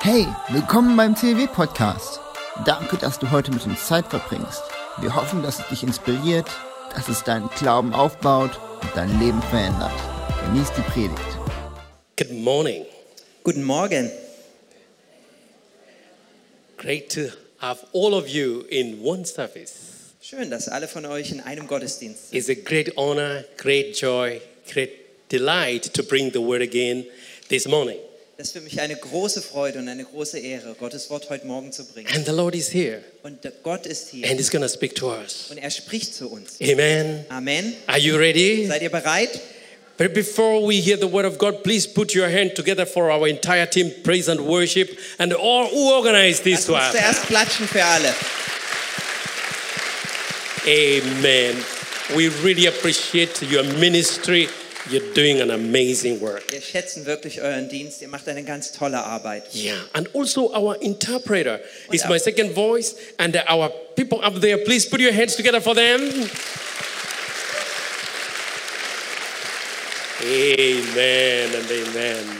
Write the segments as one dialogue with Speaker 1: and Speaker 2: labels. Speaker 1: Hey, willkommen beim CW-Podcast. Danke, dass du heute mit uns Zeit verbringst. Wir hoffen, dass es dich inspiriert, dass es deinen Glauben aufbaut und dein Leben verändert. Genieß die Predigt.
Speaker 2: Good morning.
Speaker 3: Guten Morgen.
Speaker 2: Great to have all of you in one service.
Speaker 3: Schön, dass alle von euch in einem Gottesdienst sind.
Speaker 2: It's a great honor, great joy, great delight to bring the word again this morning.
Speaker 3: Das ist für mich eine große Freude und eine große Ehre, Gottes Wort heute Morgen zu bringen.
Speaker 2: And the Lord is here
Speaker 3: Und der Gott ist hier
Speaker 2: and He's going to speak to us.
Speaker 3: und er spricht zu uns.
Speaker 2: Amen.
Speaker 3: Amen.
Speaker 2: Are you ready?
Speaker 3: Seid ihr bereit?
Speaker 2: But before we hear the word of God, please put your hand together for our entire team, praise and worship, and all who organized this
Speaker 3: Lass uns
Speaker 2: one.
Speaker 3: zuerst klatschen für alle.
Speaker 2: Amen. We really appreciate your ministry. You're doing an amazing work.
Speaker 3: Wir schätzen wirklich euren Dienst. Ihr macht eine ganz tolle Arbeit.
Speaker 2: Yeah, and also our interpreter is
Speaker 3: Wonderful.
Speaker 2: my second voice, and our people up there, please put your hands together for them. Amen and amen.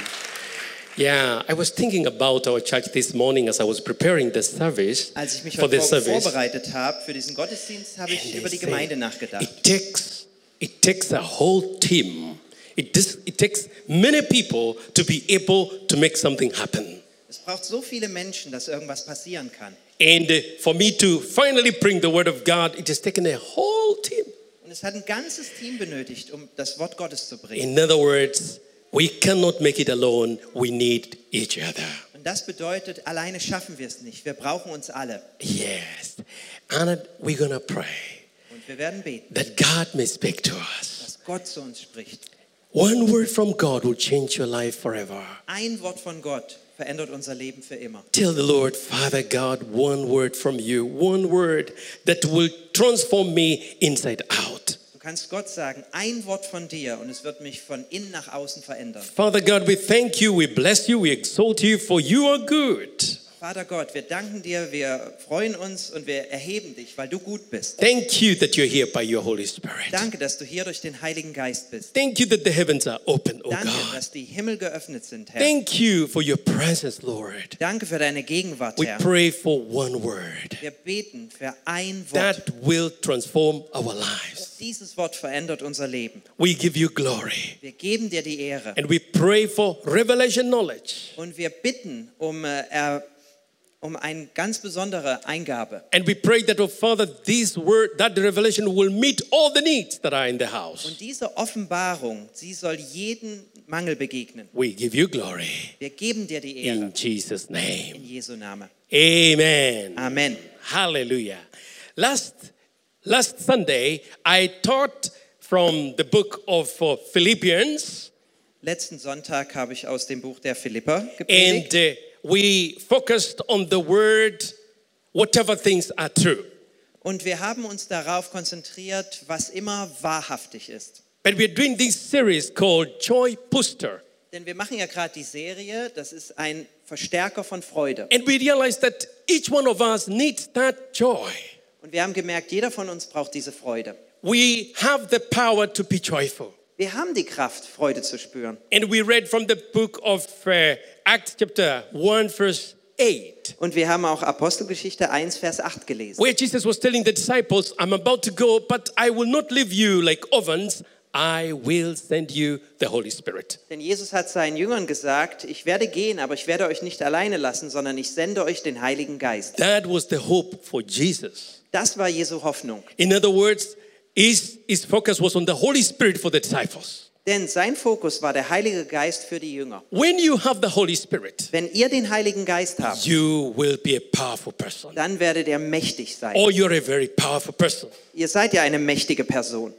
Speaker 2: Yeah, I was thinking about our church this morning as I was preparing the service
Speaker 3: Als ich mich
Speaker 2: for
Speaker 3: heute
Speaker 2: the
Speaker 3: Morgen
Speaker 2: service.
Speaker 3: vorbereitet habe für diesen Gottesdienst, habe ich
Speaker 2: And
Speaker 3: über
Speaker 2: they
Speaker 3: die Gemeinde
Speaker 2: say,
Speaker 3: nachgedacht.
Speaker 2: It takes, it takes a whole team. It, dis, it takes many people to be able to make something happen.
Speaker 3: Es braucht so viele Menschen, dass irgendwas passieren kann.
Speaker 2: And uh, for me to finally bring the word of God, it has taken a whole team.
Speaker 3: Und es hat ein ganzes Team benötigt, um das Wort Gottes zu bringen.
Speaker 2: In other words, we cannot make it alone. We need each other.
Speaker 3: Und das bedeutet, alleine schaffen wir es nicht. Wir brauchen uns alle.
Speaker 2: Yes. And we're going to pray
Speaker 3: Und wir werden beten,
Speaker 2: that God may speak to us.
Speaker 3: dass Gott zu uns spricht.
Speaker 2: One word from God will change your life forever.
Speaker 3: Ein Wort von Gott verändert unser Leben für immer.
Speaker 2: Tell the Lord, Father God, one word from you, one word that will transform me inside out.
Speaker 3: Du kannst Gott sagen, ein Wort von dir und es wird mich von innen nach außen verändern.
Speaker 2: Father God, we thank you, we bless you, we exalt you, for you are good.
Speaker 3: Vater Gott, wir danken dir, wir freuen uns und wir erheben dich, weil du gut bist.
Speaker 2: Thank you that you're here by your Holy Spirit.
Speaker 3: Danke, dass du hier durch den Heiligen Geist bist.
Speaker 2: Thank you that the heavens are open, oh
Speaker 3: Danke,
Speaker 2: God.
Speaker 3: dass die Himmel geöffnet sind, Herr.
Speaker 2: Thank you for your presence, Lord.
Speaker 3: Danke für deine Gegenwart,
Speaker 2: We
Speaker 3: Herr.
Speaker 2: pray for one word
Speaker 3: Wir beten für ein Wort.
Speaker 2: that will transform our lives.
Speaker 3: Dieses Wort verändert unser Leben.
Speaker 2: We give you glory
Speaker 3: Wir geben dir die Ehre.
Speaker 2: and we pray for revelation knowledge.
Speaker 3: Und wir bitten um, äh, er- um eine ganz besondere Eingabe.
Speaker 2: And we pray that, oh Father, this word, that revelation will meet all the needs that are in the house.
Speaker 3: Und diese Offenbarung, sie soll jeden Mangel begegnen.
Speaker 2: We give you glory
Speaker 3: Wir geben dir die Ehre
Speaker 2: in Jesus'
Speaker 3: in
Speaker 2: name.
Speaker 3: Jesu Name.
Speaker 2: Amen.
Speaker 3: Amen.
Speaker 2: Hallelujah. Last, last Sunday, I taught from the book of uh, Philippians,
Speaker 3: Letzten Sonntag habe ich aus dem Buch der Philipper
Speaker 2: and
Speaker 3: gepredigt
Speaker 2: uh, we focused on the word, whatever things are true.
Speaker 3: und wir haben uns darauf konzentriert, was immer wahrhaftig ist.
Speaker 2: But we're doing this series called Joy Poster.
Speaker 3: Denn wir machen ja gerade die Serie, das ist ein Verstärker von Freude.
Speaker 2: And we realized that each one of us needs that joy.
Speaker 3: Und wir haben gemerkt, jeder von uns braucht diese Freude.
Speaker 2: we have the power to be joyful.
Speaker 3: Wir haben die Kraft, Freude zu spüren.
Speaker 2: And we read from the book of uh, Acts, chapter 1, verse 8,
Speaker 3: Und wir haben auch Apostelgeschichte 1, Vers 8 gelesen,
Speaker 2: where Jesus was telling the disciples, I'm about to go, but I will not leave you like ovens. I will send you the Holy Spirit.
Speaker 3: Denn Jesus hat seinen Jüngern gesagt, ich werde gehen, aber ich werde euch nicht alleine lassen, sondern ich sende euch den Heiligen Geist.
Speaker 2: That was the hope for Jesus.
Speaker 3: Das war Jesu Hoffnung.
Speaker 2: In other words, his, his focus was on the Holy Spirit for the disciples.
Speaker 3: Denn sein Fokus war der Heilige Geist für die Jünger.
Speaker 2: When you have the Holy Spirit,
Speaker 3: Wenn ihr den Heiligen Geist habt,
Speaker 2: you will be a powerful person,
Speaker 3: dann werdet ihr mächtig sein.
Speaker 2: or you're a very powerful person.
Speaker 3: Ihr seid ja eine mächtige Person.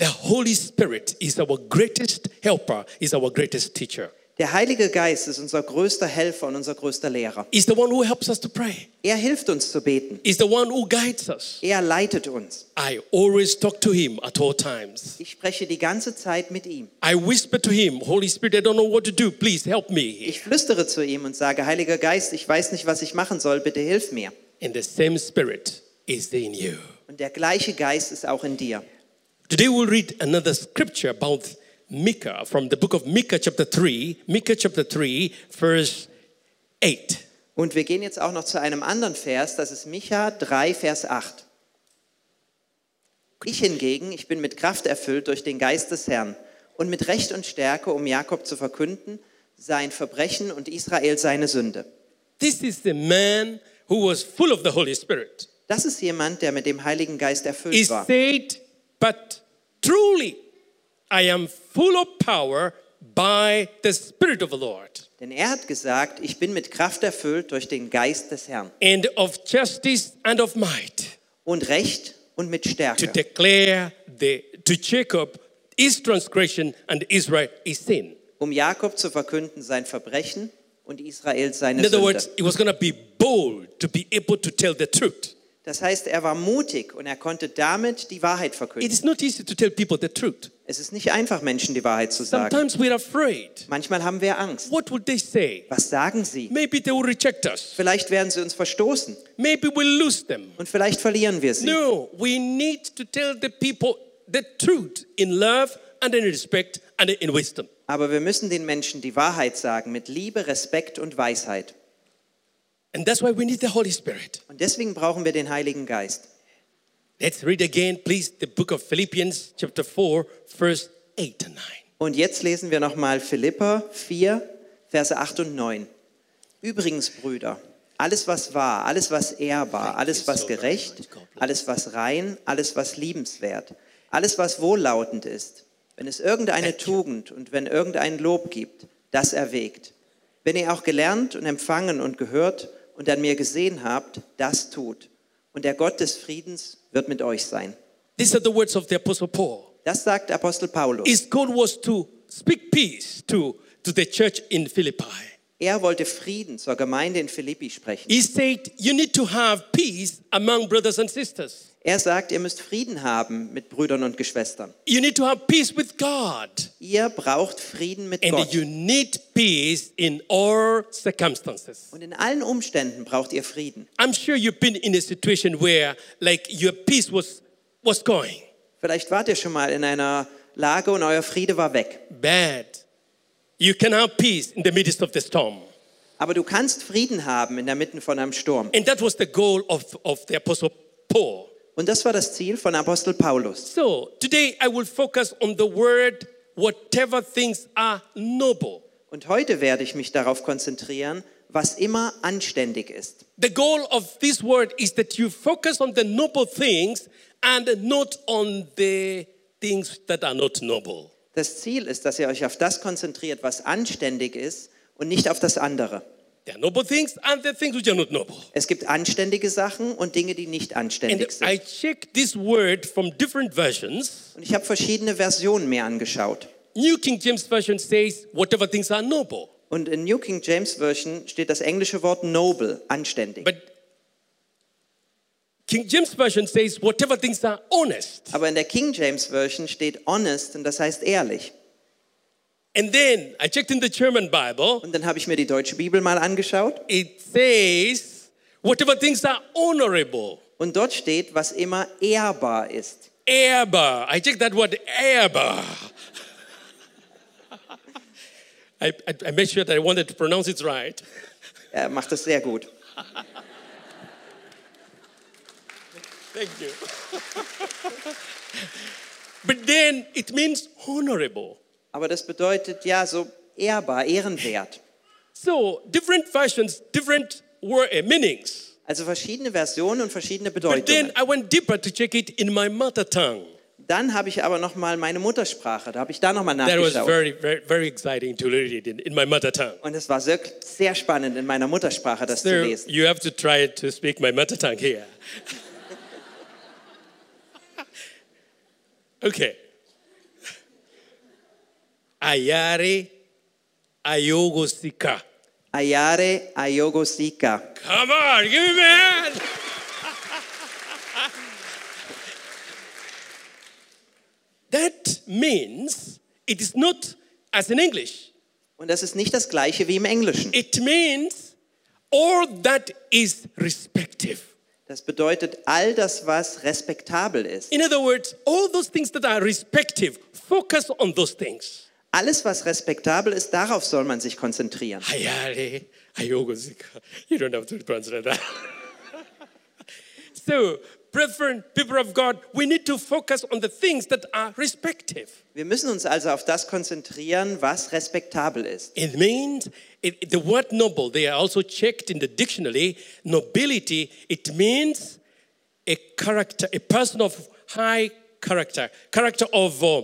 Speaker 2: The Holy Spirit is our greatest helper, is our greatest teacher.
Speaker 3: Der Heilige Geist ist unser größter Helfer und unser größter Lehrer.
Speaker 2: Is the one who helps us to pray.
Speaker 3: Er hilft uns zu beten.
Speaker 2: Is the one who guides us.
Speaker 3: Er leitet uns.
Speaker 2: I always talk to him at all times.
Speaker 3: Ich spreche die ganze Zeit mit ihm.
Speaker 2: I whisper to him, Holy Spirit, I don't know what to do. Please help me.
Speaker 3: Ich flüstere zu ihm und sage, Heiliger Geist, ich weiß nicht, was ich machen soll, bitte hilf mir.
Speaker 2: And the same spirit is in you.
Speaker 3: Und der gleiche Geist ist auch in dir.
Speaker 2: Today we'll read another scripture about Micah from the book of Micah chapter 3, Micah chapter 3 verse 8.
Speaker 3: Und wir gehen jetzt auch noch zu einem anderen Vers, das ist Micha 3, Vers 8. Ich hingegen, ich bin mit Kraft erfüllt durch den Geist des Herrn und mit Recht und Stärke, um Jakob zu verkünden, sein Verbrechen und Israel seine Sünde.
Speaker 2: This is the man who was full of the Holy Spirit.
Speaker 3: Das ist jemand, der mit dem Heiligen Geist
Speaker 2: He
Speaker 3: erfüllt war.
Speaker 2: said, But truly I am full of power by the Spirit of the Lord
Speaker 3: Denn er hat gesagt, ich bin mit Kraft erfüllt durch den Geist des Herrn
Speaker 2: and of justice and of might
Speaker 3: und Recht und mit
Speaker 2: to
Speaker 3: Stärke,
Speaker 2: declare the, to Jacob his transgression and Israel his sin.
Speaker 3: um Jakob zu verkünden sein Verbrechen und Israel seine
Speaker 2: In other
Speaker 3: Sünde.
Speaker 2: words, he was going to be bold to be able to tell the truth.
Speaker 3: Das heißt, er war mutig und er konnte damit die Wahrheit
Speaker 2: It
Speaker 3: verkünden.
Speaker 2: is not easy to tell people the truth.
Speaker 3: Es ist nicht einfach, Menschen die Wahrheit zu sagen.
Speaker 2: Sometimes we're afraid.
Speaker 3: Manchmal haben wir Angst.
Speaker 2: What would they say?
Speaker 3: Was sagen sie?
Speaker 2: Maybe they will reject us.
Speaker 3: Vielleicht werden sie uns verstoßen
Speaker 2: Maybe we'll lose them.
Speaker 3: und vielleicht verlieren wir sie.
Speaker 2: No, we need to tell the people the truth in love and in respect and in wisdom.
Speaker 3: Aber wir müssen den Menschen die Wahrheit sagen mit Liebe, Respekt und Weisheit.
Speaker 2: And that's why we need the Holy Spirit.
Speaker 3: Und deswegen brauchen wir den Heiligen Geist.
Speaker 2: Let's read again, please, the book of Philippians, chapter 4, verse 8 and 9.
Speaker 3: Und jetzt lesen wir nochmal Philippa 4, Verse 8 und 9. Übrigens, Brüder, alles was wahr, alles was ehrbar, alles was gerecht, alles was rein, alles was liebenswert, alles was wohllautend ist, wenn es irgendeine Tugend und wenn irgendein Lob gibt, das erwägt. Wenn ihr auch gelernt und empfangen und gehört und an mir gesehen habt, das tut. Und der Gott des Friedens wird mit euch sein.
Speaker 2: These are the words of the Apostle Paul.
Speaker 3: Das sagt Apostel Paulus.
Speaker 2: His goal was to speak peace to, to the church in Philippi.
Speaker 3: Er wollte Frieden zur Gemeinde in Philippi sprechen.
Speaker 2: He said, You need to have peace among brothers and sisters.
Speaker 3: Er sagt, ihr müsst Frieden haben mit Brüdern und Geschwistern.
Speaker 2: You need to have peace with God.
Speaker 3: Ihr braucht Frieden mit
Speaker 2: And
Speaker 3: Gott.
Speaker 2: you need peace in all circumstances.
Speaker 3: Und in allen Umständen braucht ihr Frieden.
Speaker 2: I'm sure you've been in a situation where like your peace was was going
Speaker 3: Vielleicht wart ihr schon mal in einer Lage und euer Friede war weg.
Speaker 2: bad. You can have peace in the midst of the storm.
Speaker 3: Aber du kannst Frieden haben in der Mitte von einem Sturm.
Speaker 2: And that was the goal of, of the Apostle Paul.
Speaker 3: Und das war das Ziel von Apostel Paulus.
Speaker 2: So today I will focus on the word whatever things are noble.
Speaker 3: Und heute werde ich mich darauf konzentrieren, was immer anständig ist.
Speaker 2: The goal of this word is that you focus on the noble things and not on the things that are not noble.
Speaker 3: Das Ziel ist, dass ihr euch auf das konzentriert, was anständig ist und nicht auf das andere.
Speaker 2: There are noble things and the things which are not noble.
Speaker 3: Es gibt anständige Sachen und Dinge, die nicht
Speaker 2: And
Speaker 3: anständig sind.
Speaker 2: I checked this word from different versions.
Speaker 3: Und ich habe verschiedene Versionen mir angeschaut.
Speaker 2: New King James Version says, whatever things are noble.
Speaker 3: Und in New King James Version steht das englische Wort noble, anständig.
Speaker 2: But King James Version says, whatever things are honest.
Speaker 3: Aber in der King James Version steht honest und das heißt ehrlich.
Speaker 2: And then I checked in the German Bible.
Speaker 3: Und dann habe ich mir die deutsche Bibel mal angeschaut
Speaker 2: It says, whatever things are honorable.
Speaker 3: und dort steht, was immer ehrbar ist.
Speaker 2: Ehrbar. I checked that word, ehrbar. I, I, I made sure that I wanted to pronounce it right.
Speaker 3: Er macht das sehr gut.
Speaker 2: Thank you. but then it means honorable.
Speaker 3: Aber das bedeutet ja so ehrbar, ehrenwert.
Speaker 2: So different versions, different word uh, meanings.
Speaker 3: Also verschiedene Versionen und verschiedene
Speaker 2: But then
Speaker 3: Bedeutungen.
Speaker 2: I went deeper to check it in my mother tongue.
Speaker 3: Dann habe ich aber noch mal meine Muttersprache, da habe ich da noch mal
Speaker 2: That was
Speaker 3: nachgeschaut.
Speaker 2: very, very, very exciting to read it in, in my mother tongue.
Speaker 3: Und es war sehr, sehr spannend, in meiner Muttersprache das zu
Speaker 2: So
Speaker 3: lesen.
Speaker 2: you have to try to speak my mother tongue here. okay. Ayare ayogosika.
Speaker 3: Ayare Ayogosika.
Speaker 2: Come on, give me a hand. that means it is not as in English.
Speaker 3: Und das ist nicht das gleiche wie im Englischen.
Speaker 2: It means all that is respective.
Speaker 3: Das bedeutet all das, was respektabel ist.
Speaker 2: In other words, all those things that are respective, focus on those things.
Speaker 3: Alles, was respektabel ist, darauf soll man sich konzentrieren.
Speaker 2: Hayale, Hayogosika. You don't have to translate that. so, brethren, people of God, we need to focus on the things that are respective.
Speaker 3: Wir müssen uns also auf das konzentrieren, was respektabel ist.
Speaker 2: It means it, it- the word noble, they are also checked in the dictionary. Nobility, it means a character, a person of high character, character of uh,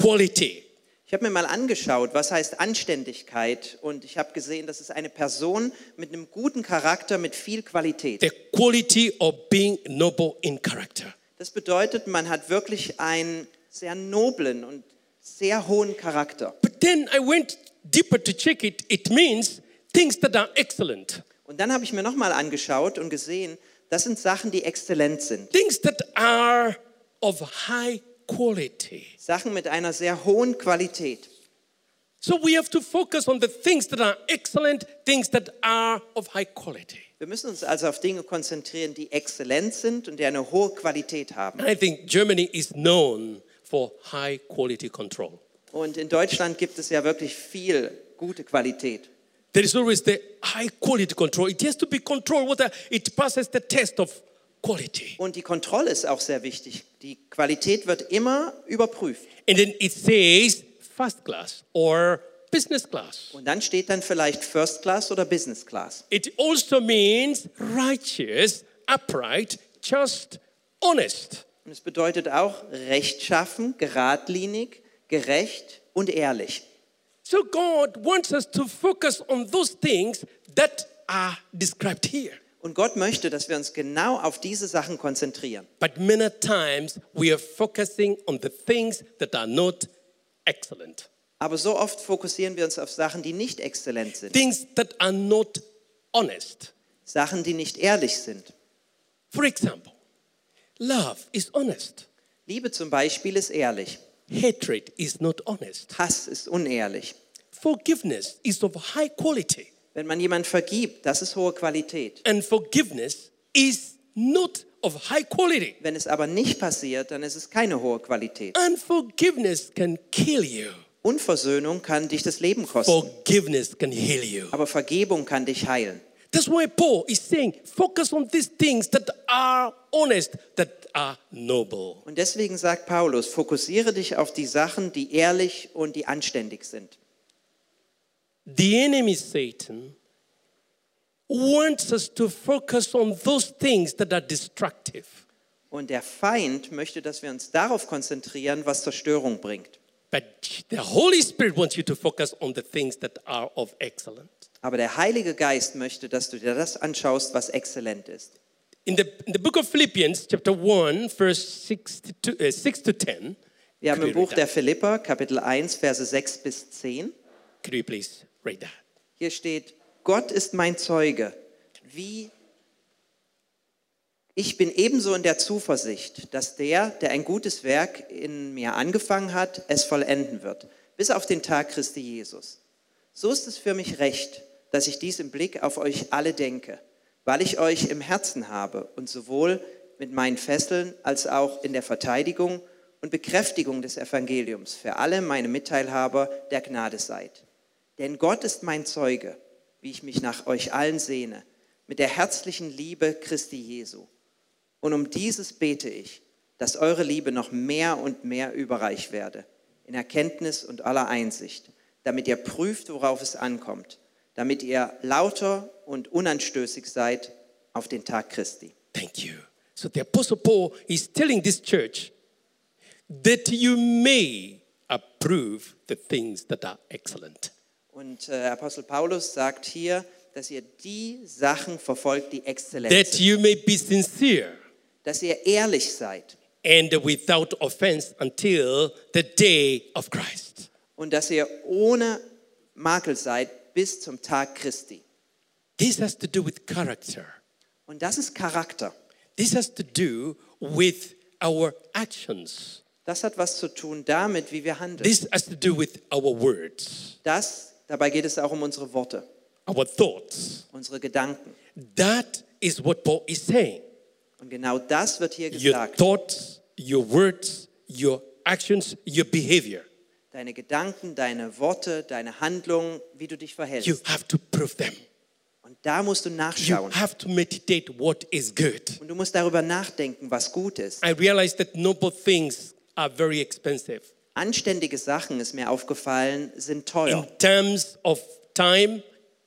Speaker 2: quality.
Speaker 3: Ich habe mir mal angeschaut, was heißt Anständigkeit und ich habe gesehen, das ist eine Person mit einem guten Charakter, mit viel Qualität.
Speaker 2: the quality of being noble in character.
Speaker 3: Das bedeutet, man hat wirklich einen sehr noblen und sehr hohen Charakter.
Speaker 2: But then I went deeper to check it. It means things that are excellent,
Speaker 3: Und dann habe ich mir nochmal angeschaut und gesehen, das sind Sachen, die exzellent sind.
Speaker 2: things that are of high quality.
Speaker 3: Sachen mit einer sehr hohen Qualität.
Speaker 2: So we have to focus on the things that are excellent, things that are of high quality.
Speaker 3: Wir müssen uns also auf Dinge konzentrieren, die exzellent sind und die eine hohe Qualität haben.
Speaker 2: And I think Germany is known for high quality control.
Speaker 3: Und in Deutschland gibt es ja wirklich viel gute Qualität.
Speaker 2: There is always the high quality control. It has to be controlled whether it passes the test of quality.
Speaker 3: Und die Kontrolle ist auch sehr wichtig. Die Qualität wird immer überprüft.
Speaker 2: And then it says first class or business class.
Speaker 3: Und dann steht dann vielleicht First Class oder Business Class.
Speaker 2: It also means righteous, upright, just, honest.
Speaker 3: Und es bedeutet auch rechtschaffen, geradlinig, gerecht und ehrlich.
Speaker 2: So God wants us to focus on those things that are described here.
Speaker 3: Und Gott möchte, dass wir uns genau auf diese Sachen konzentrieren.
Speaker 2: But many times we are focusing on the things that are not excellent,
Speaker 3: Aber so oft fokussieren wir uns auf Sachen, die nicht exzellent sind,
Speaker 2: things that are not honest.
Speaker 3: Sachen, die nicht ehrlich sind.
Speaker 2: For example, love is honest,
Speaker 3: Liebe zum Beispiel ist ehrlich,
Speaker 2: hatred is not honest.
Speaker 3: Hass ist unehrlich.
Speaker 2: Forgiveness is of high quality,
Speaker 3: Wenn man jemand vergibt, das ist hohe Qualität.
Speaker 2: and forgiveness is not of high quality.
Speaker 3: Wenn es aber nicht passiert, dann ist es keine hohe Qualität.
Speaker 2: Unforgiveness can kill you,
Speaker 3: Unversöhnung kann dich das Leben kosten,
Speaker 2: forgiveness can heal you.
Speaker 3: aber Vergebung kann dich heilen.
Speaker 2: That's why Paul is saying focus on these things that are honest, that are noble.
Speaker 3: Und deswegen sagt Paulus, fokussiere dich auf die Sachen, die ehrlich und die anständig sind.
Speaker 2: The enemy, Satan, wants us to focus on those things that are destructive.
Speaker 3: Und der Feind möchte, dass wir uns darauf konzentrieren, was Zerstörung bringt.
Speaker 2: But the Holy Spirit wants you to focus on the things that are of excellence.
Speaker 3: Aber der Heilige Geist möchte, dass du dir das anschaust, was exzellent ist.
Speaker 2: In the, in the book of Philippians, chapter 1, verse 6 to, uh, 6 to 10.
Speaker 3: Wir haben
Speaker 2: could
Speaker 3: im
Speaker 2: you
Speaker 3: Buch
Speaker 2: read
Speaker 3: der
Speaker 2: that?
Speaker 3: Philipper, Kapitel 1, Verse 6 bis 10.
Speaker 2: Could you please read that?
Speaker 3: Hier steht, Gott ist mein Zeuge, wie ich bin ebenso in der Zuversicht, dass der, der ein gutes Werk in mir angefangen hat, es vollenden wird, bis auf den Tag Christi Jesus. So ist es für mich recht, dass ich dies im Blick auf euch alle denke, weil ich euch im Herzen habe und sowohl mit meinen Fesseln als auch in der Verteidigung und Bekräftigung des Evangeliums für alle meine Mitteilhaber der Gnade seid. Denn Gott ist mein Zeuge, wie ich mich nach euch allen sehne, mit der herzlichen Liebe Christi Jesu. Und um dieses bete ich, dass eure Liebe noch mehr und mehr überreich werde, in Erkenntnis und aller Einsicht, damit ihr prüft, worauf es ankommt, damit ihr lauter und unanstößig seid auf den Tag Christi.
Speaker 2: Thank you. So the Apostle Paul is telling this church that you may approve the things that are excellent.
Speaker 3: Und äh, Apostel Paulus sagt hier, dass ihr die Sachen verfolgt, die exzellent
Speaker 2: That
Speaker 3: sind,
Speaker 2: you may be sincere
Speaker 3: dass ihr ehrlich seid
Speaker 2: and without offense until the day of Christ.
Speaker 3: und dass ihr ohne Makel seid bis zum Tag Christi.
Speaker 2: This has to do with character.
Speaker 3: Und das ist Charakter.
Speaker 2: This has to do with our actions.
Speaker 3: Das hat was zu tun damit, wie wir handeln.
Speaker 2: This has to do with our words,
Speaker 3: Das, dabei geht es auch um unsere Worte,
Speaker 2: our thoughts.
Speaker 3: unsere Gedanken.
Speaker 2: That is what Paul is saying.
Speaker 3: Und genau das wird hier
Speaker 2: Your
Speaker 3: gesagt.
Speaker 2: thoughts, your words, your actions, your behavior.
Speaker 3: deine Gedanken, deine Worte, deine Handlungen, wie du dich
Speaker 2: You
Speaker 3: verhältst.
Speaker 2: have to prove them.
Speaker 3: Und da musst du
Speaker 2: You
Speaker 3: nachschauen.
Speaker 2: have to meditate what is good.
Speaker 3: Und du musst darüber nachdenken, was gut ist.
Speaker 2: I realized that noble things are very expensive
Speaker 3: Anständige Sachen, ist mir aufgefallen, sind
Speaker 2: in
Speaker 3: teuer.
Speaker 2: terms of time,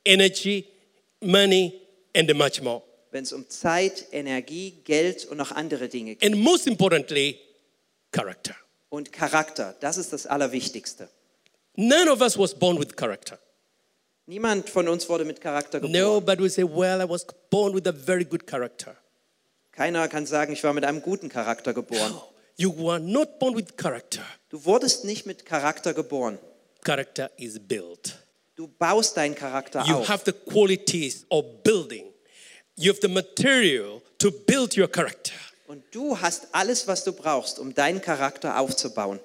Speaker 2: energy, money, and much more.
Speaker 3: Wenn es um Zeit, Energie, Geld und noch andere Dinge geht.
Speaker 2: And most importantly, character.
Speaker 3: Und Charakter, das ist das Allerwichtigste.
Speaker 2: None of us was born with character.
Speaker 3: Niemand von uns wurde mit Charakter
Speaker 2: No,
Speaker 3: geboren.
Speaker 2: but we say, well, I was born with a very good character.
Speaker 3: Keiner kann sagen, ich war mit einem guten Charakter geboren.
Speaker 2: You were not born with character.
Speaker 3: Du wurdest nicht mit Charakter geboren.
Speaker 2: Character is built.
Speaker 3: Du baust deinen Charakter
Speaker 2: You
Speaker 3: auf.
Speaker 2: have the qualities of building. You have the material to build your character.
Speaker 3: Und du hast alles, was du brauchst, um deinen Charakter aufzubauen.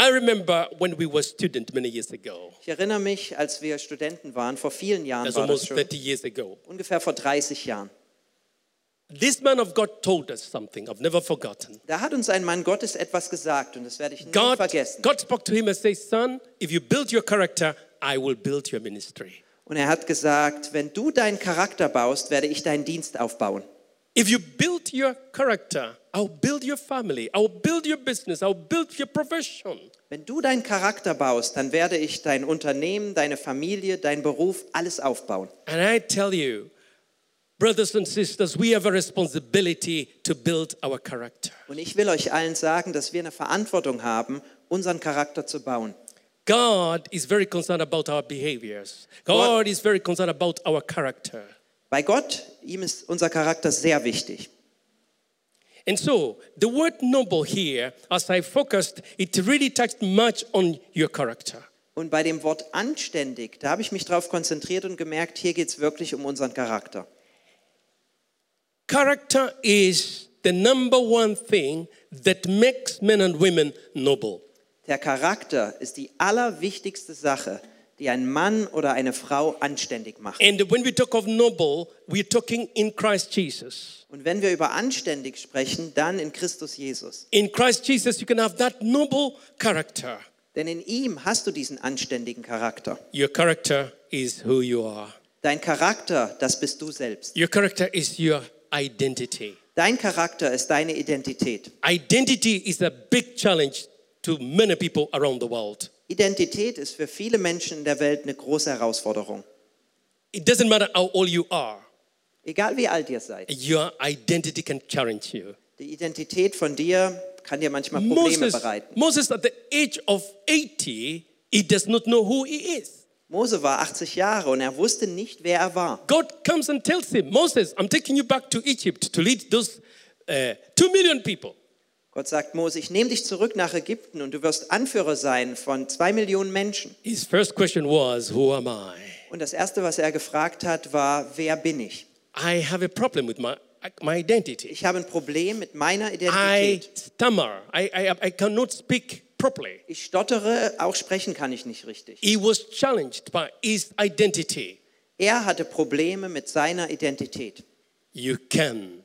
Speaker 2: I remember when we were student many years ago.
Speaker 3: Ich erinnere mich, als wir Studenten waren, vor vielen Jahren
Speaker 2: That's
Speaker 3: war das
Speaker 2: almost
Speaker 3: schon,
Speaker 2: 30 years ago.
Speaker 3: ungefähr vor 30 Jahren.
Speaker 2: This man of God told us something I've never forgotten.
Speaker 3: Da hat uns ein Mann Gottes etwas gesagt und das werde ich nie
Speaker 2: God,
Speaker 3: vergessen.
Speaker 2: God spoke to him and said, Son, if you build your character, I will build your ministry.
Speaker 3: Und er hat gesagt, wenn du deinen Charakter baust, werde ich deinen Dienst aufbauen.
Speaker 2: If you build your character, I'll build your family, I'll build your business, I'll build your profession.
Speaker 3: Wenn du deinen Charakter baust, dann werde ich dein Unternehmen, deine Familie, deinen Beruf, alles aufbauen.
Speaker 2: And I tell you, brothers and sisters, we have a responsibility to build our character.
Speaker 3: Und ich will euch allen sagen, dass wir eine Verantwortung haben, unseren Charakter zu bauen.
Speaker 2: God is very concerned about our behaviors, God is very concerned about our character.
Speaker 3: Bei Gott, ihm ist unser Charakter sehr wichtig.
Speaker 2: And so, the word noble here, as I focused, it really touched much on your character.
Speaker 3: Und bei dem Wort anständig, da habe ich mich drauf konzentriert und gemerkt, hier geht es wirklich um unseren Charakter.
Speaker 2: Character is the number one thing that makes men and women noble.
Speaker 3: Der Charakter ist die allerwichtigste Sache, die ein Mann oder eine Frau anständig macht.
Speaker 2: And when we talk of noble, we're talking in Christ Jesus.
Speaker 3: Und wenn wir über anständig sprechen, dann in Christus Jesus.
Speaker 2: In Christ Jesus, you can have that noble character.
Speaker 3: Denn in ihm hast du diesen anständigen Charakter.
Speaker 2: Your character is who you are,
Speaker 3: Dein Charakter, das bist du selbst.
Speaker 2: your character is your identity.
Speaker 3: Dein Charakter ist deine Identität.
Speaker 2: Identity is a big challenge to many people around the world.
Speaker 3: Identität ist für viele Menschen in der Welt eine große Herausforderung.
Speaker 2: It doesn't matter how old you are,
Speaker 3: Egal wie alt ihr seid,
Speaker 2: your identity can challenge you.
Speaker 3: die Identität von dir kann dir manchmal Probleme
Speaker 2: Moses,
Speaker 3: bereiten.
Speaker 2: Moses, at the age of 80, he does not know who he is.
Speaker 3: Mose war 80 Jahre und er wusste nicht, wer er war.
Speaker 2: God comes and tells him, Moses, I'm taking you back to Egypt to lead those uh, two million people.
Speaker 3: Gott sagt Mose, ich nehme dich zurück nach Ägypten und du wirst Anführer sein von zwei Millionen Menschen.
Speaker 2: His first question was, Who am I?
Speaker 3: Und das Erste, was er gefragt hat, war, wer bin ich?
Speaker 2: I have a problem with my, my identity.
Speaker 3: Ich habe ein Problem mit meiner
Speaker 2: I
Speaker 3: Identität.
Speaker 2: stammer, I, I, I cannot speak properly.
Speaker 3: Ich stottere, auch sprechen kann ich nicht richtig.
Speaker 2: He was challenged by his identity.
Speaker 3: Er hatte Probleme mit seiner Identität.
Speaker 2: You can.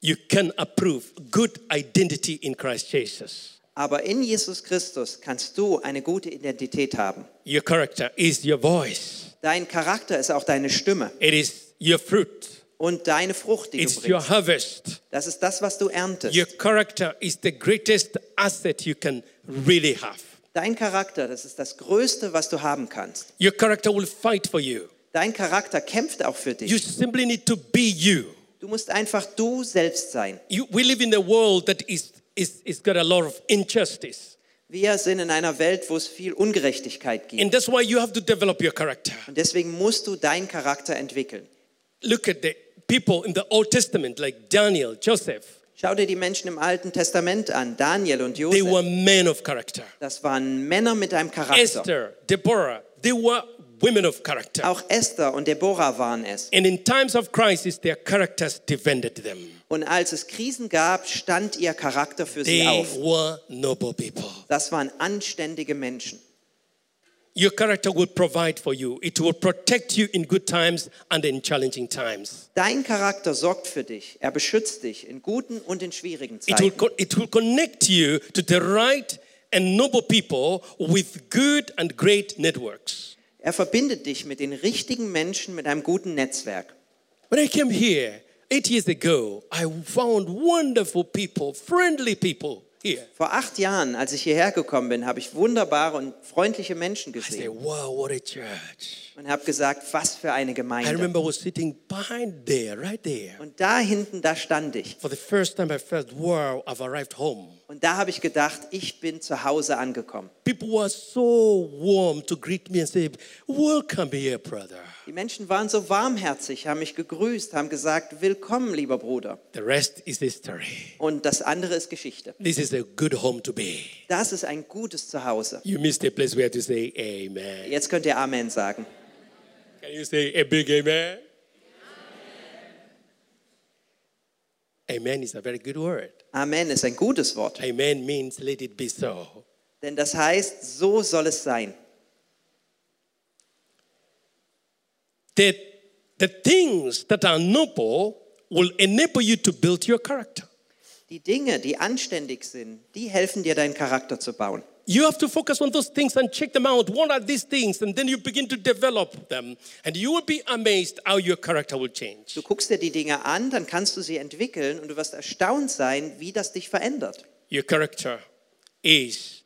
Speaker 2: You can approve good identity in Christ Jesus.
Speaker 3: Aber in Jesus Christus kannst du eine gute Identität haben.
Speaker 2: Your character is your voice.
Speaker 3: Dein Charakter ist auch deine Stimme
Speaker 2: It is your fruit.
Speaker 3: und deine Frucht, die du
Speaker 2: It's your
Speaker 3: bringst.
Speaker 2: harvest.
Speaker 3: Das ist das, was du
Speaker 2: Your
Speaker 3: erntest.
Speaker 2: character is the greatest asset you can really have.
Speaker 3: Dein Charakter, das ist das Größte, was du haben kannst.
Speaker 2: Your character will fight for you.
Speaker 3: Dein Charakter kämpft auch für
Speaker 2: You
Speaker 3: dich.
Speaker 2: simply need to be you.
Speaker 3: Du musst einfach du selbst sein.
Speaker 2: you we live in a world that is, is, is got a lot of injustice.
Speaker 3: Wir sind in einer Welt, wo es viel Ungerechtigkeit gibt.
Speaker 2: And that's why you have to develop your character.
Speaker 3: Und deswegen musst du deinen Charakter entwickeln.
Speaker 2: Look at the people in the Old Testament like Daniel, Joseph.
Speaker 3: Schau dir die Menschen im Alten Testament an, Daniel und
Speaker 2: They
Speaker 3: Josef.
Speaker 2: were men of character.
Speaker 3: Das waren Männer mit einem Charakter.
Speaker 2: Esther, Deborah, they were women of character.
Speaker 3: Auch Esther und Deborah waren es.
Speaker 2: And in times of crisis, their characters defended them.
Speaker 3: Und als es Krisen gab, stand ihr Charakter für sie
Speaker 2: They
Speaker 3: auf.
Speaker 2: were noble people.
Speaker 3: Das waren anständige Menschen.
Speaker 2: Your character will provide for you. It will protect you in good times and in challenging times.
Speaker 3: Dein Charakter sorgt für dich. Er beschützt dich in guten und in schwierigen
Speaker 2: It will,
Speaker 3: Zeiten.
Speaker 2: co- it will connect you to the right and noble people with good and great networks.
Speaker 3: Er verbindet dich mit den richtigen Menschen mit einem guten Netzwerk.
Speaker 2: When I came here eight years ago, I found wonderful people, friendly people here.
Speaker 3: Vor acht Jahren, als ich hierher gekommen bin, habe ich wunderbare und freundliche Menschen
Speaker 2: I said,
Speaker 3: gesehen
Speaker 2: wow, what a church.
Speaker 3: und habe gesagt, was für eine
Speaker 2: I
Speaker 3: Gemeinde.
Speaker 2: remember I was sitting behind there, right there.
Speaker 3: Und da hinten, da stand ich.
Speaker 2: For the first time, I felt, wow, I've arrived home.
Speaker 3: Und da habe ich gedacht, ich bin zu Hause angekommen.
Speaker 2: People were so warm to greet me and say, welcome here, brother.
Speaker 3: Die Menschen waren so warmherzig, haben mich gegrüßt, haben gesagt, willkommen, lieber Bruder.
Speaker 2: The rest is history.
Speaker 3: Und das andere ist Geschichte.
Speaker 2: This is a good home to be.
Speaker 3: Das ist ein gutes Zuhause.
Speaker 2: You missed a place where to say amen.
Speaker 3: Jetzt könnt ihr Amen sagen.
Speaker 2: Can you say a big amen? Amen is a very good word.
Speaker 3: Amen ist ein gutes Wort,
Speaker 2: Amen means let it be so.
Speaker 3: denn das heißt, so soll es sein.
Speaker 2: The, the things that are noble will enable you to build your character.
Speaker 3: Die Dinge, die anständig sind, die helfen dir, deinen Charakter zu bauen.
Speaker 2: You have to focus on those things and check them out. What are these things? And then you begin to develop them. And you will be amazed how your character will change.
Speaker 3: Du guckst dir die Dinge an, dann kannst du sie entwickeln und du wirst erstaunt sein, wie das dich verändert.
Speaker 2: Your character is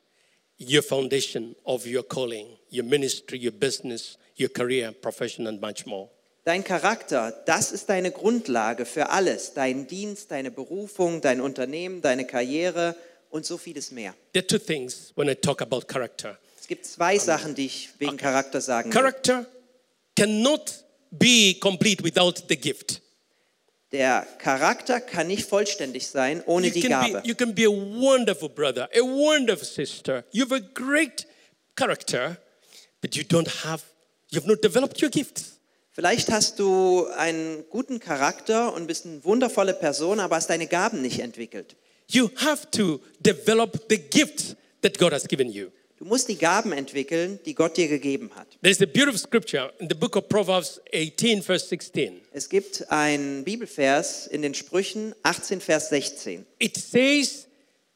Speaker 2: your foundation of your calling, your ministry, your business, your career, profession, and much more.
Speaker 3: Dein Charakter, das ist deine Grundlage für alles, deinen Dienst, deine Berufung, dein Unternehmen, deine Karriere und so vieles mehr.
Speaker 2: There are two things when I talk about character.
Speaker 3: Es gibt zwei Sachen, die ich wegen Charakter sagen will.
Speaker 2: Character cannot be complete without the gift.
Speaker 3: Der Charakter kann nicht vollständig sein ohne
Speaker 2: You
Speaker 3: die
Speaker 2: can,
Speaker 3: Gabe.
Speaker 2: be, you can be a wonderful brother, a wonderful sister. You have a great character, but you don't have, you've not developed your gifts.
Speaker 3: Vielleicht hast du einen guten Charakter und bist eine wundervolle Person, aber hast deine Gaben nicht entwickelt.
Speaker 2: You have to develop the gift that God has given you.
Speaker 3: Du musst die Gaben entwickeln, die Gott dir gegeben hat.
Speaker 2: There's a beautiful scripture in the book of Proverbs 18, verse 16.
Speaker 3: Es gibt einen Bibelvers in den Sprüchen 18, Vers 16.
Speaker 2: It says,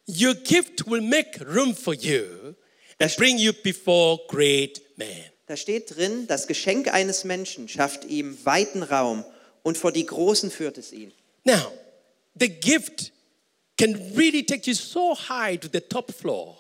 Speaker 2: Your gift will make room for you and bring you before great men.
Speaker 3: Da steht drin, das Geschenk eines Menschen schafft ihm weiten Raum und vor die Großen führt es ihn.
Speaker 2: Now, the gift can really take you so high to the top floor.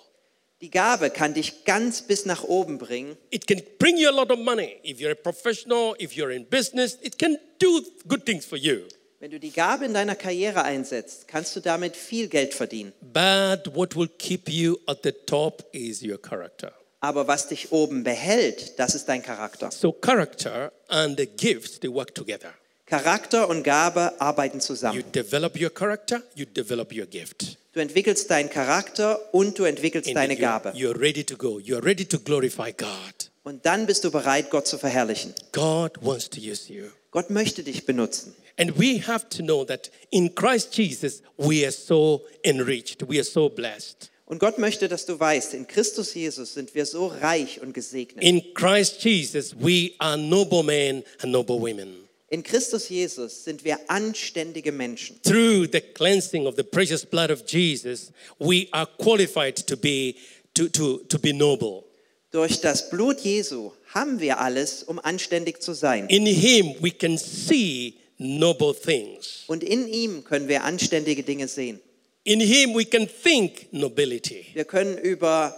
Speaker 3: Die Gabe kann dich ganz bis nach oben bringen.
Speaker 2: It can bring you a lot of money. If you're a professional, if you're in business, it can do good things for you.
Speaker 3: Wenn du die Gabe in deiner Karriere einsetzt, kannst du damit viel Geld verdienen.
Speaker 2: But what will keep you at the top is your character.
Speaker 3: Aber was dich oben behält, das ist dein Charakter.
Speaker 2: So, character and the gifts, they work together.
Speaker 3: Charakter und Gabe arbeiten
Speaker 2: You
Speaker 3: zusammen.
Speaker 2: develop your character, you develop your gift.
Speaker 3: Du entwickelst deinen Charakter und du entwickelst
Speaker 2: And
Speaker 3: deine
Speaker 2: you're-
Speaker 3: Gabe.
Speaker 2: You're ready to go. You're ready to glorify God.
Speaker 3: Und dann bist du bereit, Gott zu verherrlichen.
Speaker 2: God wants to use you.
Speaker 3: Gott möchte dich benutzen.
Speaker 2: And we have to know that in Christ Jesus, we are so enriched. We are so blessed.
Speaker 3: Und Gott möchte, dass du weißt, in Christus Jesus sind wir so reich und gesegnet.
Speaker 2: In Christ Jesus, we are noble men and noble women.
Speaker 3: In Christus Jesus sind wir anständige Menschen.
Speaker 2: Through the cleansing of the precious blood of Jesus, we are qualified to be, to, to, to be noble.
Speaker 3: Durch das Blut Jesu haben wir alles, um anständig zu sein.
Speaker 2: In Him, we can see noble things.
Speaker 3: Und in ihm können wir anständige Dinge sehen.
Speaker 2: In Him, we can think nobility.
Speaker 3: Wir können über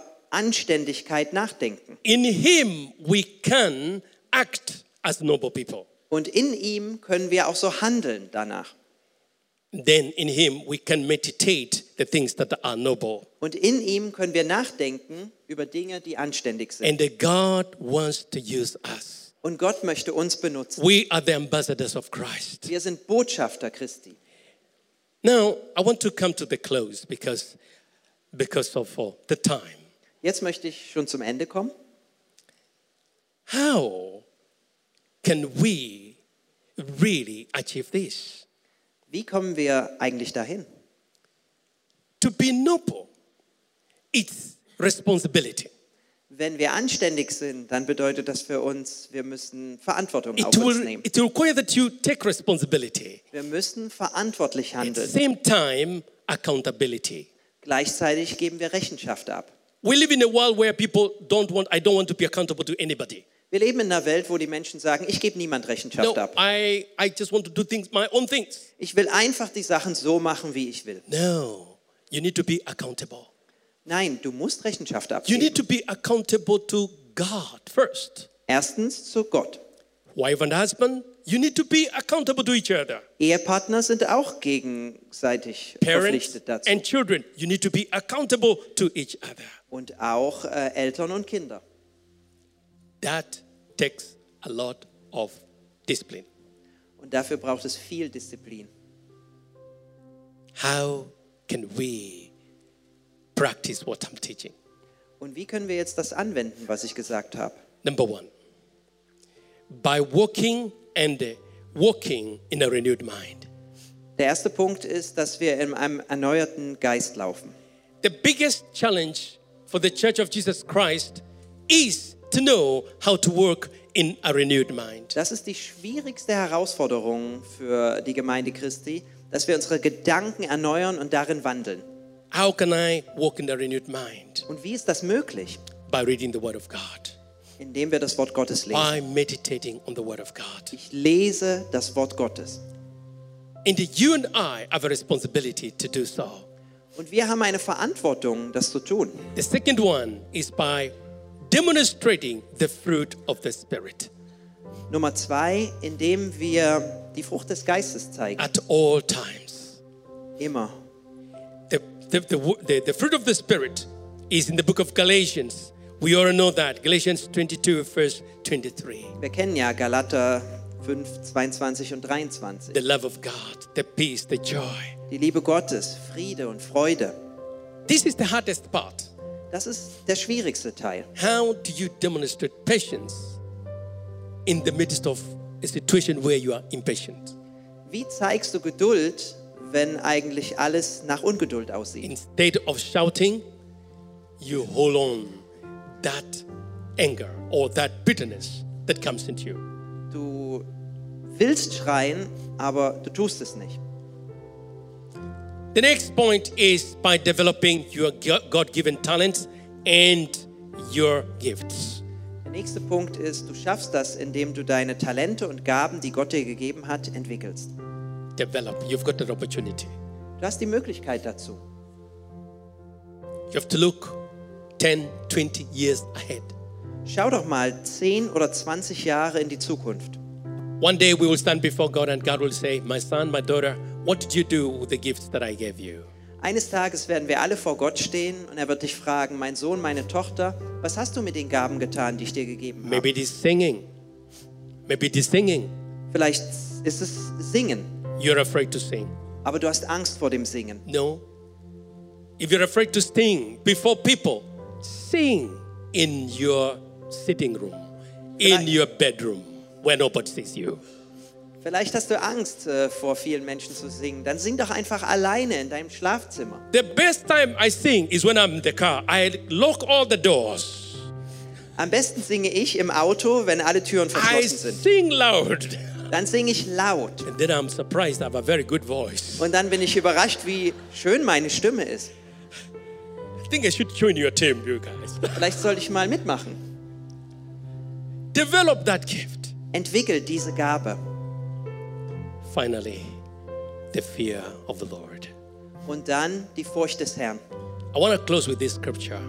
Speaker 3: Anständigkeit nachdenken.
Speaker 2: In him we can act as noble people.
Speaker 3: Und in ihm können wir auch so handeln danach.
Speaker 2: Then in him we can meditate the things that are noble.
Speaker 3: Und in ihm können wir nachdenken über Dinge, die anständig sind.
Speaker 2: And God wants to use us.
Speaker 3: Und Gott möchte uns benutzen.
Speaker 2: We are the ambassadors of Christ.
Speaker 3: Wir sind Botschafter Christi.
Speaker 2: Now I want to come to the close because because of uh, the time.
Speaker 3: Jetzt möchte ich schon zum Ende kommen.
Speaker 2: How can we really achieve this?
Speaker 3: Wie kommen wir eigentlich dahin?
Speaker 2: To be noble, it's responsibility.
Speaker 3: Wenn wir anständig sind, dann bedeutet das für uns, wir müssen Verantwortung
Speaker 2: It
Speaker 3: auf uns
Speaker 2: will,
Speaker 3: nehmen.
Speaker 2: it will require that you take responsibility.
Speaker 3: Wir müssen verantwortlich
Speaker 2: At the
Speaker 3: handeln.
Speaker 2: same time, accountability.
Speaker 3: Gleichzeitig geben wir Rechenschaft ab.
Speaker 2: We live in a world where people don't want, I don't want to be accountable to anybody.
Speaker 3: Wir leben in einer Welt, wo die Menschen sagen, ich gebe niemand Rechenschaft
Speaker 2: No,
Speaker 3: ab.
Speaker 2: I, I just want to do things, my own things.
Speaker 3: Ich will einfach die Sachen so machen, wie ich will.
Speaker 2: No, you need to be accountable.
Speaker 3: Nein, du musst Rechenschaft
Speaker 2: You need
Speaker 3: abgeben.
Speaker 2: to be accountable to God first.
Speaker 3: Erstens zu Gott.
Speaker 2: Wife and husband, you need to be accountable to each other.
Speaker 3: Ehepartner sind auch gegenseitig
Speaker 2: Parents
Speaker 3: verpflichtet dazu.
Speaker 2: and children, you need to be accountable to each other.
Speaker 3: Und auch äh, Eltern und Kinder.
Speaker 2: That takes a lot of discipline.
Speaker 3: Und dafür braucht es viel Disziplin.
Speaker 2: How can we practice what I'm teaching?
Speaker 3: Und wie können wir jetzt das anwenden, was ich gesagt habe?
Speaker 2: Number one, by walking and uh, walking in a renewed mind.
Speaker 3: Der erste Punkt ist, dass wir in einem erneuerten Geist laufen.
Speaker 2: The biggest challenge for the Church of Jesus Christ is to know how to work in a renewed mind.
Speaker 3: Das ist die schwierigste Herausforderung für die Gemeinde Christi, dass wir unsere Gedanken erneuern und darin wandeln.
Speaker 2: How can I walk in a renewed mind?
Speaker 3: Und wie ist das möglich?
Speaker 2: By reading the Word of God,
Speaker 3: Indem wir das Wort Gottes lesen.
Speaker 2: by meditating on the Word of God.
Speaker 3: Ich lese das Wort Gottes.
Speaker 2: And you and I have a responsibility to do so.
Speaker 3: Und wir haben eine Verantwortung, das zu tun.
Speaker 2: The second one is by demonstrating the fruit of the Spirit
Speaker 3: Nummer zwei, indem wir die Frucht des Geistes zeigen.
Speaker 2: at all times.
Speaker 3: Immer.
Speaker 2: The, the, the, the, the fruit of the Spirit is in the book of Galatians. We all know that. Galatians 22, verse 23.
Speaker 3: Wir kennen ja Galater 5, 22 und 23.
Speaker 2: The love of God, the peace, the joy.
Speaker 3: Die Liebe Gottes, Friede und Freude.
Speaker 2: This is the hardest part.
Speaker 3: Das ist der schwierigste Teil.
Speaker 2: How do you demonstrate patience in the midst of a situation where you are impatient?
Speaker 3: Wie zeigst du Geduld, wenn eigentlich alles nach Ungeduld aussieht?
Speaker 2: Instead of shouting, you hold on that anger or that bitterness that comes into you.
Speaker 3: Du willst schreien, aber du tust es nicht.
Speaker 2: The next point is by developing your God given talents and your gifts.
Speaker 3: Der nächste Punkt ist, du schaffst das, indem du deine Talente und Gaben, die Gott dir gegeben hat, entwickelst.
Speaker 2: Develop. You've got that opportunity.
Speaker 3: Du hast die Möglichkeit dazu.
Speaker 2: You have to look 10, 20 years ahead.
Speaker 3: Schau doch mal 10 oder 20 Jahre in die Zukunft.
Speaker 2: One day we will stand before God and God will say, My son, my daughter, what did you do with the gifts that I gave you?
Speaker 3: Eines Tages werden wir alle vor Gott stehen und er wird dich fragen, mein Sohn, meine Tochter, was hast du mit den Gaben getan, die ich dir gegeben habe?
Speaker 2: Maybe it is singing. Maybe it is singing.
Speaker 3: Vielleicht ist es Singen,
Speaker 2: You're afraid to sing.
Speaker 3: aber du hast Angst vor dem Singen.
Speaker 2: No. If you're afraid to sing before people, sing in your sitting room, in
Speaker 3: Right.
Speaker 2: your bedroom, where nobody sees you.
Speaker 3: Vielleicht hast du Angst äh, vor vielen Menschen zu singen, dann sing doch einfach alleine in deinem Schlafzimmer.
Speaker 2: The best time I sing is when I'm in the car. I lock all the doors.
Speaker 3: Am besten singe ich im Auto, wenn alle Türen
Speaker 2: I
Speaker 3: verschlossen sind.
Speaker 2: sing loud.
Speaker 3: Dann singe ich laut
Speaker 2: And then I'm surprised I have a very good voice.
Speaker 3: und dann bin ich überrascht, wie schön meine Stimme ist.
Speaker 2: I think I should join your team, you guys.
Speaker 3: Vielleicht sollte ich mal mitmachen.
Speaker 2: Develop that gift.
Speaker 3: Entwickel diese Gabe.
Speaker 2: Finally, the fear of the Lord.
Speaker 3: Und dann die Furcht des Herrn.
Speaker 2: I want to close with this scripture.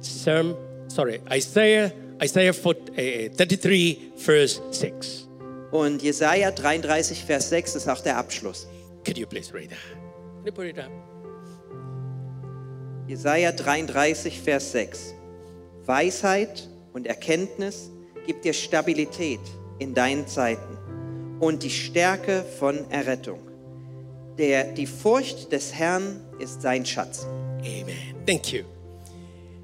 Speaker 2: Psalm, sorry, Isaiah, Isaiah 40, uh, 33, verse 6.
Speaker 3: Und Jesaja 33, Vers 6 ist auch der Abschluss.
Speaker 2: Could you please read that? Can you put it up?
Speaker 3: Jesaja 33, Vers 6. Weisheit und Erkenntnis gibt dir Stabilität in deinen Zeiten und die Stärke von Errettung. Der, die Furcht des Herrn ist sein Schatz.
Speaker 2: Amen. Thank you.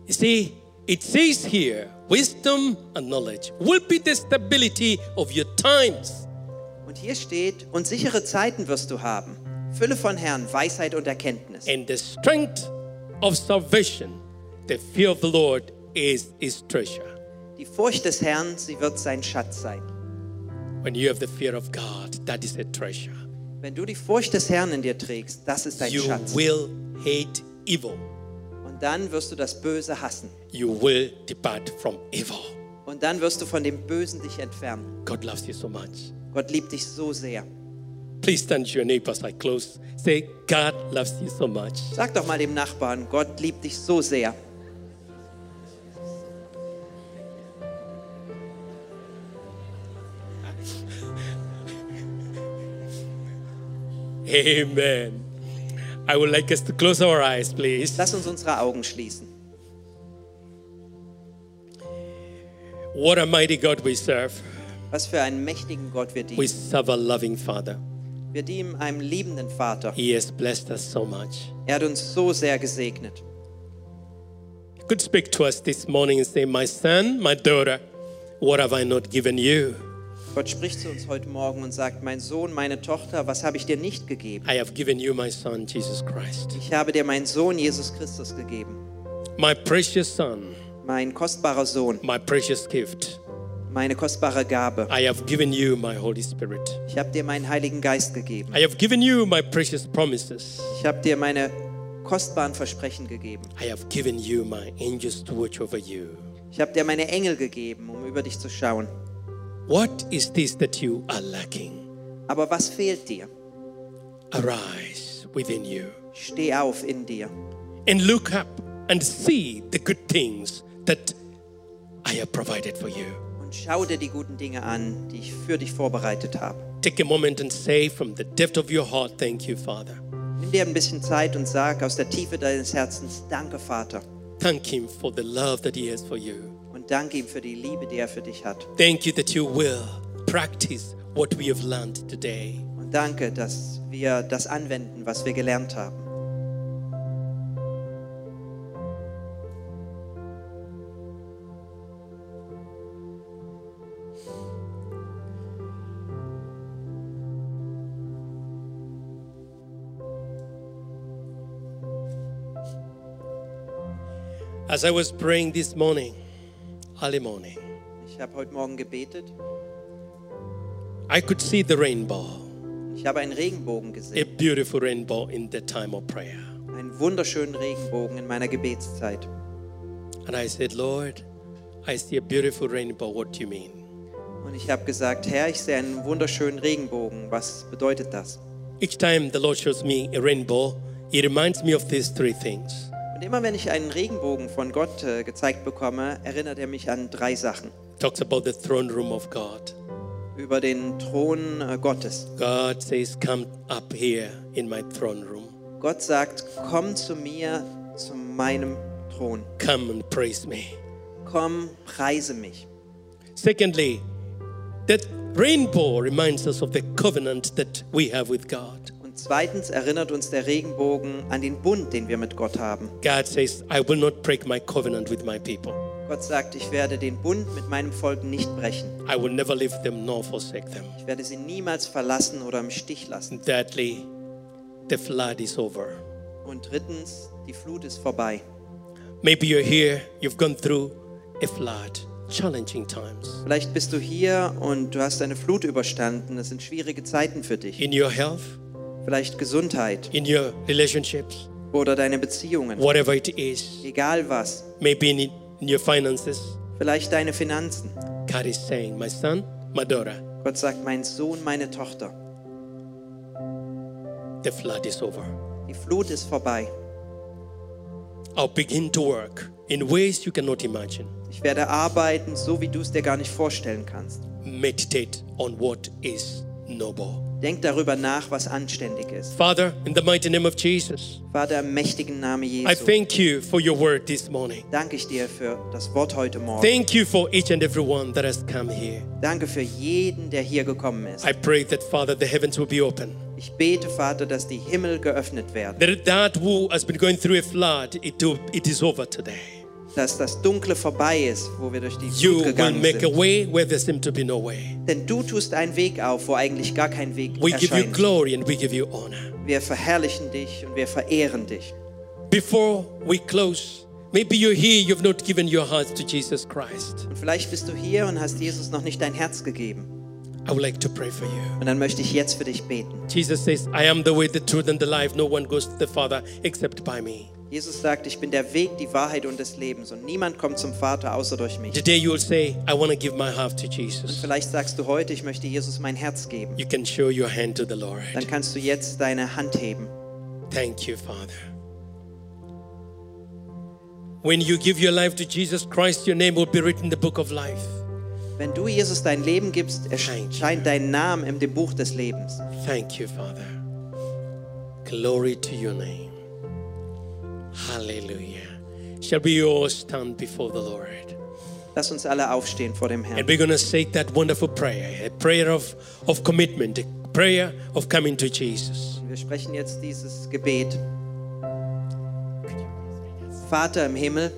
Speaker 2: You see, it says here, wisdom and knowledge will be the stability of your times.
Speaker 3: Und hier steht, und sichere Zeiten wirst du haben. Fülle von Herrn, Weisheit und Erkenntnis.
Speaker 2: And the strength of salvation, the fear of the Lord is his treasure.
Speaker 3: Die Furcht des Herrn, sie wird sein Schatz sein.
Speaker 2: When you have the fear of God, that is a treasure.
Speaker 3: Wenn du die Furcht des Herrn in dir trägst, das ist dein
Speaker 2: You
Speaker 3: Schatz.
Speaker 2: will hate evil.
Speaker 3: Und dann wirst du das Böse hassen.
Speaker 2: You will depart from evil.
Speaker 3: Und dann wirst du von dem Bösen dich entfernen.
Speaker 2: God loves you so much.
Speaker 3: Gott liebt dich so sehr.
Speaker 2: Please stand to your neighbors like close. Say, God loves you so much.
Speaker 3: Sag doch mal dem Nachbarn, Gott liebt dich so sehr.
Speaker 2: Amen. I would like us to close our eyes, please.
Speaker 3: Lass uns unsere Augen schließen.
Speaker 2: What a mighty God we serve.
Speaker 3: Was für einen mächtigen Gott wir
Speaker 2: We
Speaker 3: dienen.
Speaker 2: serve a loving Father.
Speaker 3: Wir dienen einem liebenden Vater.
Speaker 2: He has blessed us so much.
Speaker 3: Er hat uns so sehr gesegnet.
Speaker 2: He could speak to us this morning and say, My son, my daughter, what have I not given you?
Speaker 3: Gott spricht zu uns heute Morgen und sagt, mein Sohn, meine Tochter, was habe ich dir nicht gegeben?
Speaker 2: I have given you my son, Jesus Christ.
Speaker 3: Ich habe dir meinen Sohn Jesus Christus gegeben,
Speaker 2: My precious son,
Speaker 3: mein kostbarer Sohn,
Speaker 2: my precious gift.
Speaker 3: meine kostbare Gabe.
Speaker 2: I have given you my Holy Spirit.
Speaker 3: Ich habe dir meinen Heiligen Geist gegeben.
Speaker 2: I have given you my precious promises.
Speaker 3: Ich habe dir meine kostbaren Versprechen gegeben.
Speaker 2: I have given you my angels to watch over you.
Speaker 3: Ich habe dir meine Engel gegeben, um über dich zu schauen.
Speaker 2: What is this that you are lacking?
Speaker 3: Aber was fehlt dir?
Speaker 2: Arise within you
Speaker 3: Steh auf in dir
Speaker 2: and look up and see the good things that I have provided for you.
Speaker 3: und schau dir die guten Dinge an, die ich für dich vorbereitet habe.
Speaker 2: Take a moment and say from the depth of your heart, Thank you, Father.
Speaker 3: Nimm dir ein bisschen Zeit und sag aus der Tiefe deines Herzens, danke Vater.
Speaker 2: Thank Him for the love that He has for you.
Speaker 3: Und danke ihm für die Liebe, die er für dich hat.
Speaker 2: Thank you that you will practice what we have learned today.
Speaker 3: Und danke, dass wir das anwenden, was wir gelernt haben.
Speaker 2: As I was praying this morning, early morning,
Speaker 3: Ich habe heute Morgen gebetet.
Speaker 2: I could see the rainbow,
Speaker 3: Ich habe einen Regenbogen
Speaker 2: a
Speaker 3: gesehen.
Speaker 2: beautiful rainbow in the time of prayer.
Speaker 3: Einen wunderschönen Regenbogen in meiner Gebetszeit.
Speaker 2: And I said, Lord, I see a beautiful rainbow. What do you mean?
Speaker 3: Und ich habe gesagt, Herr, ich sehe einen wunderschönen Regenbogen. Was bedeutet das?
Speaker 2: Each time the Lord shows me a rainbow, He reminds me of these three things
Speaker 3: Und immer wenn ich einen Regenbogen von Gott äh, gezeigt bekomme, erinnert er mich an drei Sachen.
Speaker 2: talks about the throne room of God.
Speaker 3: Über den Thron äh, Gottes.
Speaker 2: God says, Come up here in my throne room.
Speaker 3: Gott sagt, komm zu mir, zu meinem Thron.
Speaker 2: Come and praise me.
Speaker 3: Komm, preise mich.
Speaker 2: Secondly, that rainbow reminds us of the covenant that we have with God.
Speaker 3: Und zweitens erinnert uns der Regenbogen an den Bund, den wir mit Gott haben.
Speaker 2: God says, I will not break my covenant with my people.
Speaker 3: Gott sagt, ich werde den Bund mit meinem Volk nicht brechen.
Speaker 2: I will never leave them nor forsake them.
Speaker 3: Ich werde sie niemals verlassen oder im Stich lassen.
Speaker 2: And thirdly, the flood is over.
Speaker 3: Und drittens, die Flut ist vorbei.
Speaker 2: Maybe you're here, you've gone through a flood, challenging times.
Speaker 3: Vielleicht bist du hier und du hast eine Flut überstanden. Es sind schwierige Zeiten für dich.
Speaker 2: In your health,
Speaker 3: Vielleicht Gesundheit
Speaker 2: in your relationships,
Speaker 3: oder deine Beziehungen.
Speaker 2: whatever it is,
Speaker 3: Egal was.
Speaker 2: maybe in, in your finances.
Speaker 3: Vielleicht deine Finanzen.
Speaker 2: God is saying, My son, my daughter,
Speaker 3: Gott sagt, mein Sohn, meine Tochter,
Speaker 2: the flood is over.
Speaker 3: die Flut ist vorbei.
Speaker 2: I'll begin to work in ways you cannot imagine.
Speaker 3: Ich werde arbeiten, so wie du es dir gar nicht vorstellen kannst.
Speaker 2: Meditate on what is noble.
Speaker 3: Denk darüber nach, was anständig ist.
Speaker 2: Father, in the mighty name of Jesus,
Speaker 3: Vater, im mächtigen Namen
Speaker 2: I
Speaker 3: Jesu,
Speaker 2: thank you for your word this morning.
Speaker 3: danke ich dir für das Wort heute Morgen.
Speaker 2: Thank you for each and every one that has come here.
Speaker 3: Danke für jeden, der hier gekommen ist.
Speaker 2: I pray that, Father, the heavens will be open.
Speaker 3: Ich bete, Vater, dass die Himmel geöffnet werden,
Speaker 2: That, that who has been going through a flood, it, do, it is over today.
Speaker 3: dass das Dunkle vorbei ist, wo wir durch die
Speaker 2: You
Speaker 3: Flut
Speaker 2: will
Speaker 3: gegangen
Speaker 2: make a
Speaker 3: sind.
Speaker 2: way where there seems to be no way.
Speaker 3: Denn du tust einen Weg auf, wo eigentlich gar kein Weg
Speaker 2: We give you
Speaker 3: erscheint.
Speaker 2: glory and we give you honor.
Speaker 3: Wir verherrlichen dich und wir verehren dich.
Speaker 2: Before we close, maybe you're here, you've not given your heart to Jesus Christ.
Speaker 3: Und vielleicht bist du hier und hast Jesus noch nicht dein Herz gegeben.
Speaker 2: I would like to pray for you.
Speaker 3: Und dann möchte ich jetzt für dich beten.
Speaker 2: Jesus says, I am the way, the truth, and the life. No one goes to the Father except by me.
Speaker 3: Jesus sagt, ich bin der Weg, die Wahrheit und das Leben. Und niemand kommt zum Vater außer durch mich.
Speaker 2: Today you will say, I want to give my heart to Jesus.
Speaker 3: Vielleicht sagst du heute, ich möchte Jesus mein Herz geben.
Speaker 2: You can show your hand to the Lord.
Speaker 3: Dann kannst du jetzt deine Hand heben.
Speaker 2: Thank you, Father. When you give your life to Jesus Christ, your name will be written in the book of life.
Speaker 3: Wenn du Jesus dein Leben gibst,
Speaker 2: Thank you.
Speaker 3: erscheint dein Name in dem Buch des Lebens.
Speaker 2: Thank you, Father. Glory to your name. Hallelujah. Shall we all stand before the Lord?
Speaker 3: Lass uns alle aufstehen vor dem Herrn.
Speaker 2: And we're going to say that wonderful prayer a prayer of, of commitment, a prayer of coming to Jesus.
Speaker 3: Wir sprechen jetzt dieses Gebet. Vater im Himmel,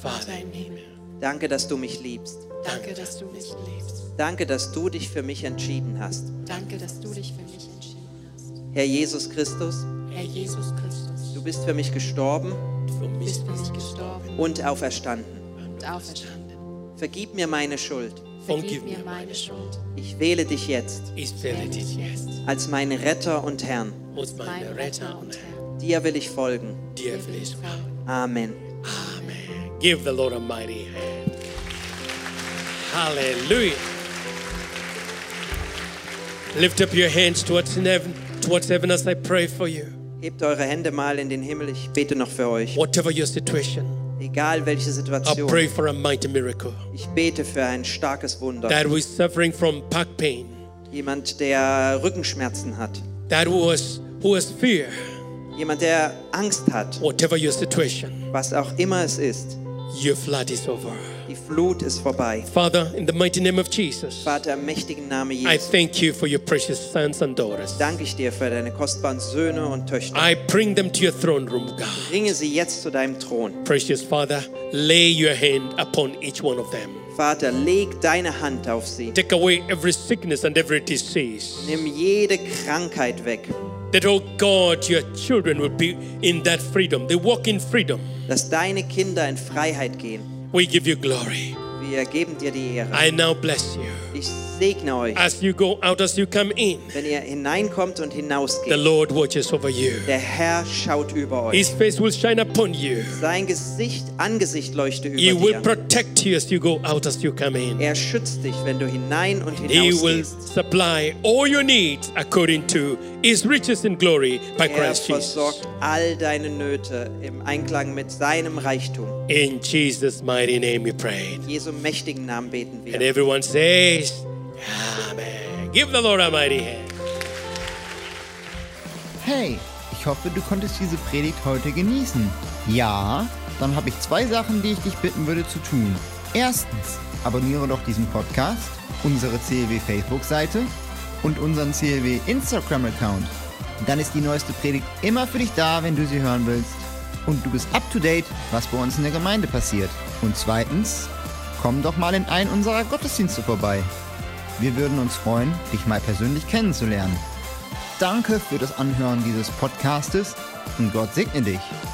Speaker 2: Father,
Speaker 4: Dein Himmel.
Speaker 3: danke, dass du mich liebst.
Speaker 4: Danke, dass du mich liebst.
Speaker 3: Danke, dass du dich für mich entschieden hast.
Speaker 4: Danke, dass du dich für mich entschieden hast.
Speaker 3: Herr Jesus Christus,
Speaker 4: Herr Jesus Christus,
Speaker 3: du bist für mich gestorben
Speaker 2: for
Speaker 4: du
Speaker 2: me,
Speaker 4: bist für mich gestorben
Speaker 3: und auferstanden.
Speaker 4: und auferstanden.
Speaker 3: Vergib mir meine Schuld.
Speaker 2: forgive
Speaker 4: Vergib
Speaker 2: me.
Speaker 4: mir meine Schuld.
Speaker 3: Ich wähle dich jetzt
Speaker 2: Is there it is yes.
Speaker 3: als meinen Retter und Herrn.
Speaker 2: Was my
Speaker 4: Mein
Speaker 2: Retter
Speaker 4: Retter und Herr.
Speaker 3: Dir will ich folgen.
Speaker 2: dear
Speaker 4: wir
Speaker 2: please.
Speaker 4: sind Frauen.
Speaker 3: Amen.
Speaker 2: Amen. Give the Lord a mighty hand. Hallelujah. Lift up your hands towards heaven, towards heaven as I pray for you.
Speaker 3: Hebt eure Hände mal in den Himmel. Ich bete noch für euch.
Speaker 2: Whatever your situation,
Speaker 3: Egal welche
Speaker 2: I pray
Speaker 3: Situation.
Speaker 2: for a mighty miracle.
Speaker 3: Ich bete für ein starkes Wunder.
Speaker 2: That was suffering from back pain,
Speaker 3: Jemand, der Rückenschmerzen hat.
Speaker 2: that was who has fear,
Speaker 3: Jemand, der Angst hat.
Speaker 2: whatever your situation,
Speaker 3: Was auch immer es ist.
Speaker 2: your flood is over.
Speaker 3: Die Flut ist vorbei.
Speaker 2: Father, in the mighty name of Jesus,
Speaker 3: Vater, im mächtigen Namen
Speaker 2: I
Speaker 3: Jesu,
Speaker 2: thank you for your precious sons and daughters.
Speaker 3: danke ich dir für deine kostbaren Söhne und Töchter.
Speaker 2: I bring them to your throne room, God.
Speaker 3: Bringe sie jetzt zu deinem Thron.
Speaker 2: Precious Father, lay your hand upon each one of them.
Speaker 3: Vater, leg deine Hand auf sie.
Speaker 2: Take away every sickness and every disease.
Speaker 3: Nimm jede Krankheit weg,
Speaker 2: That, oh God, your children will be in that freedom. They walk in freedom.
Speaker 3: dass deine Kinder in Freiheit gehen.
Speaker 2: We give you glory.
Speaker 3: Wir geben dir die Ehre.
Speaker 2: I now bless you.
Speaker 3: Ich segne euch.
Speaker 2: As you go out, as you come in,
Speaker 3: Wenn ihr hineinkommt und
Speaker 2: the
Speaker 3: hinausgeht,
Speaker 2: Lord watches over you.
Speaker 3: der Herr schaut über euch.
Speaker 2: His face will shine upon you.
Speaker 3: Sein Gesicht, Angesicht leuchte
Speaker 2: He
Speaker 3: über
Speaker 2: will
Speaker 3: dir.
Speaker 2: protect you as you go out, as you come in.
Speaker 3: Er schützt dich, wenn du hinein und
Speaker 2: He will
Speaker 3: hinausgehst.
Speaker 2: supply all your needs according to his riches in glory by
Speaker 3: Er
Speaker 2: Christ Jesus.
Speaker 3: versorgt all deine Nöte im Einklang mit seinem Reichtum.
Speaker 2: In Jesus' mighty name we prayed.
Speaker 3: Jesu mächtigen Namen beten
Speaker 2: And
Speaker 3: wir.
Speaker 2: everyone says, Amen. Give the Lord a mighty hand.
Speaker 1: Hey, ich hoffe, du konntest diese Predigt heute genießen. Ja, dann habe ich zwei Sachen, die ich dich bitten würde zu tun. Erstens, abonniere doch diesen Podcast, unsere CLW Facebook-Seite und unseren CLW Instagram-Account. Dann ist die neueste Predigt immer für dich da, wenn du sie hören willst. Und du bist up to date, was bei uns in der Gemeinde passiert. Und zweitens, komm doch mal in einen unserer Gottesdienste vorbei. Wir würden uns freuen, dich mal persönlich kennenzulernen. Danke für das Anhören dieses Podcastes und Gott segne dich.